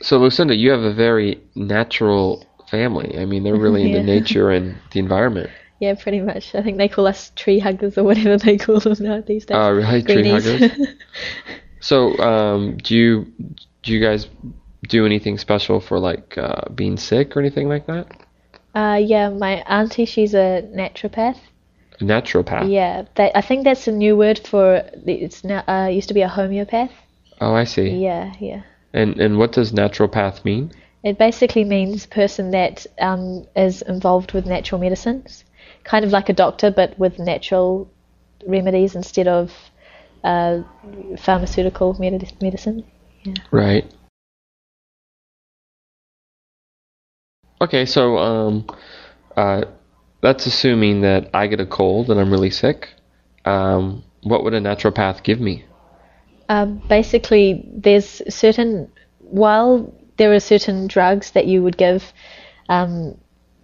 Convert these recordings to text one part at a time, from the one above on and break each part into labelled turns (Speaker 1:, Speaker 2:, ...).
Speaker 1: So Lucinda, you have a very natural family. I mean, they're really into
Speaker 2: Yeah.
Speaker 1: nature and the environment.
Speaker 2: Yeah, pretty much. I think they call us tree huggers or whatever they call them now these days.
Speaker 1: Uh, really, tree
Speaker 2: Greenies.
Speaker 1: huggers. So, um, do you do you guys do anything special for like uh, being sick or anything like that?
Speaker 2: uh, yeah, my auntie, she's a naturopath.
Speaker 1: Naturopath.
Speaker 2: Yeah, that, I think that's a new word for it's now. Uh, used to be a homeopath.
Speaker 1: Oh, I see.
Speaker 2: Yeah, yeah.
Speaker 1: And and what does naturopath mean?
Speaker 2: It basically means person that um, is involved with natural medicines, kind of like a doctor, but with natural remedies instead of uh, pharmaceutical medi- medicine.
Speaker 1: Right. Okay, so um, uh, that's assuming that I get a cold and I'm really sick. Um, what would a naturopath give me?
Speaker 2: Um, basically, there's certain, while there are certain drugs that you would give um,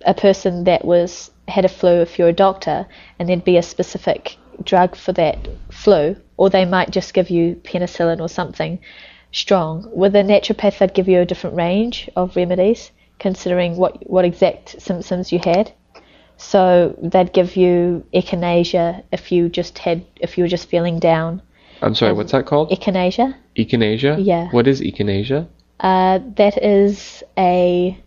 Speaker 2: a person that was had a flu if you're a doctor, and there'd be a specific drug for that flu, or they might just give you penicillin or something strong. With a naturopath, they'd give you a different range of remedies, considering what what exact symptoms you had. So they'd give you echinacea if you just had if you were just feeling down.
Speaker 1: I'm sorry, what's that called?
Speaker 2: Echinacea.
Speaker 1: Echinasia?
Speaker 2: Um, Yeah.
Speaker 1: What is echinasia?
Speaker 2: Uh, that is a.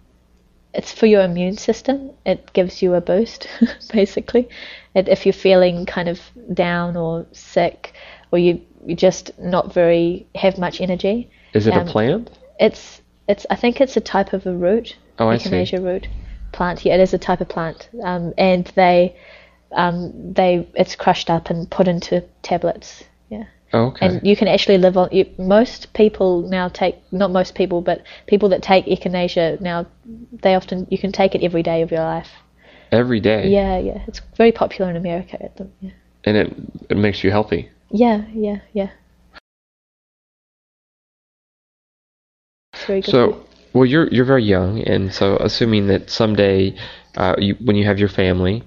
Speaker 2: It's for your immune system. It gives you a boost, basically. It, if you're feeling kind of down or sick, or you you just not very have much energy,
Speaker 1: Is it
Speaker 2: Um,
Speaker 1: a plant?
Speaker 2: it's it's. I think it's a type of a root,
Speaker 1: Oh, I see.
Speaker 2: echinacea root plant. Yeah, it is a type of plant. Um, and they, um, they it's crushed up and put into tablets. Yeah.
Speaker 1: Okay.
Speaker 2: And you can actually live on. You, most people now take not most people, but people that take echinacea now, they often you can take it every day of your life.
Speaker 1: Every day.
Speaker 2: Yeah, yeah, it's very popular in America at the yeah,
Speaker 1: And it it makes you healthy.
Speaker 2: yeah, yeah. yeah. It's very good.
Speaker 1: So, well, you're you're very young, and so assuming that someday, uh, you, when you have your family,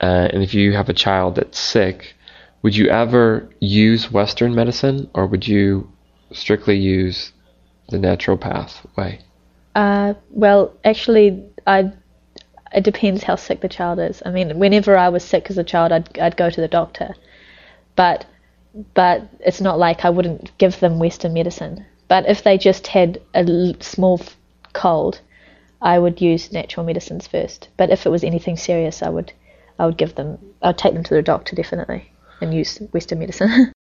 Speaker 1: uh, and if you have a child that's sick, would you ever use Western medicine, or would you strictly use the naturopath way?
Speaker 2: Uh, well, actually, I. It depends how sick the child is. I mean, whenever I was sick as a child, I'd I'd go to the doctor, but but it's not like I wouldn't give them Western medicine. But if they just had a l- small f- cold, I would use natural medicines first. But if it was anything serious, I would I would give them. I would take them to the doctor definitely and use Western medicine.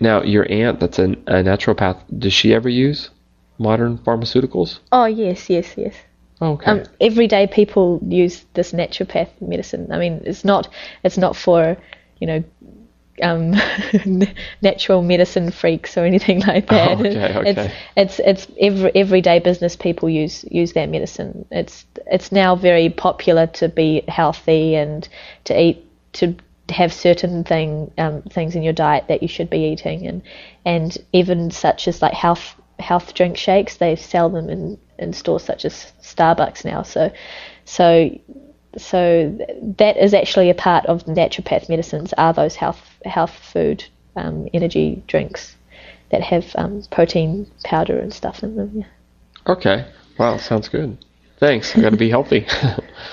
Speaker 1: Now, your aunt, that's a, a naturopath, does she ever use modern pharmaceuticals?
Speaker 2: oh yes, yes, yes.
Speaker 1: Okay.
Speaker 2: Um, everyday people use this naturopath medicine. I mean, it's not it's not for you know um, n- natural medicine freaks or anything like that.
Speaker 1: Oh, Okay, okay.
Speaker 2: It's it's it's every, everyday business people use use that medicine. It's it's now very popular to be healthy and to eat to have certain thing um, things in your diet that you should be eating and and even such as like health health drink shakes they sell them in, in stores such as Starbucks now so so so th- that is actually a part of naturopath medicines are those health health food um, energy drinks that have um, protein powder and stuff in them yeah.
Speaker 1: okay. Wow, sounds good. Thanks. I got to be healthy.